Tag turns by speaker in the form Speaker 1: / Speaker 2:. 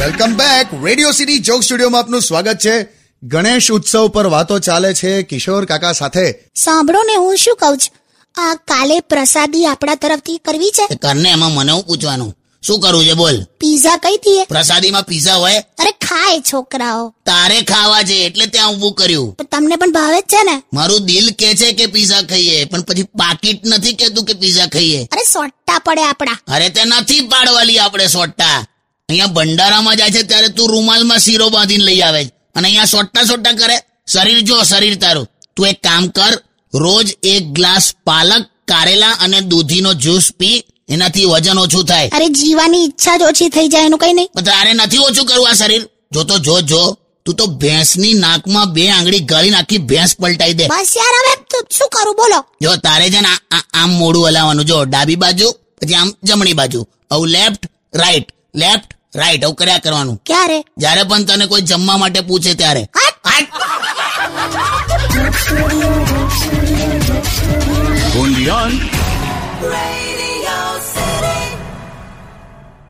Speaker 1: Welcome back radio city joke સ્ટુડિયોમાં આપનું સ્વાગત છે ગણેશ ઉત્સવ પર વાતો ચાલે છે કિશોર કાકા સાથે
Speaker 2: સાંભળો ને હું શું કહું છું આ કાલે પ્રસાદી આપણા તરફથી કરવી છે
Speaker 3: કરને એમાં મને હું પૂછવાનું શું કરવું છે બોલ
Speaker 2: પીઝા કઈ દીએ
Speaker 3: પ્રસાદીમાં પીઝા હોય
Speaker 2: અરે ખાય છોકરાઓ
Speaker 3: તારે ખાવા છે એટલે ત્યાં ઊભું કર્યું
Speaker 2: પણ તમને પણ ભાવે જ છે ને
Speaker 3: મારું દિલ કે છે કે પીઝા ખાઈએ પણ પછી પાકીટ નથી કેતું કે પીઝા ખાઈએ
Speaker 2: અરે સોટ્ટા પડે આપણા
Speaker 3: અરે તે નથી પાડવાલી આપણે સોટ્ટા અહીંયા ભંડારામાં જાય છે ત્યારે તું રૂમાલમાં શીરો બાંધીને લઈ આવે છે. અને અહીંયા સોટ્ટા સોટ્ટા કરે શરીર જો શરીર તારું તું એક કામ કર રોજ એક ગ્લાસ પાલક કારેલા અને દૂધીનો જ્યુસ પી એનાથી વજન ઓછું થાય
Speaker 2: અરે જીવાની ઈચ્છા જ ઓછી થઈ જાય એનું કઈ નહીં
Speaker 3: પણ તારે નથી ઓછું કરવું આ શરીર જો તો જો જો તું તો ભેંસની નાકમાં બે આંગળી ગાળી નાખી ભેંસ પલટાઈ દે
Speaker 2: બસ યાર હવે તું શું કરું બોલો
Speaker 3: જો તારે છે ને આ- આ- આમ મોડું હલાવવાનું જો ડાબી બાજુ પછી આમ જમણી બાજુ આવું લેફ્ટ રાઈટ લેફ્ટ રાઈટ આવું કર્યા કરવાનું
Speaker 2: ક્યારે
Speaker 3: જ્યારે પણ તને કોઈ જમવા માટે પૂછે ત્યારે
Speaker 4: Undian.
Speaker 5: Radio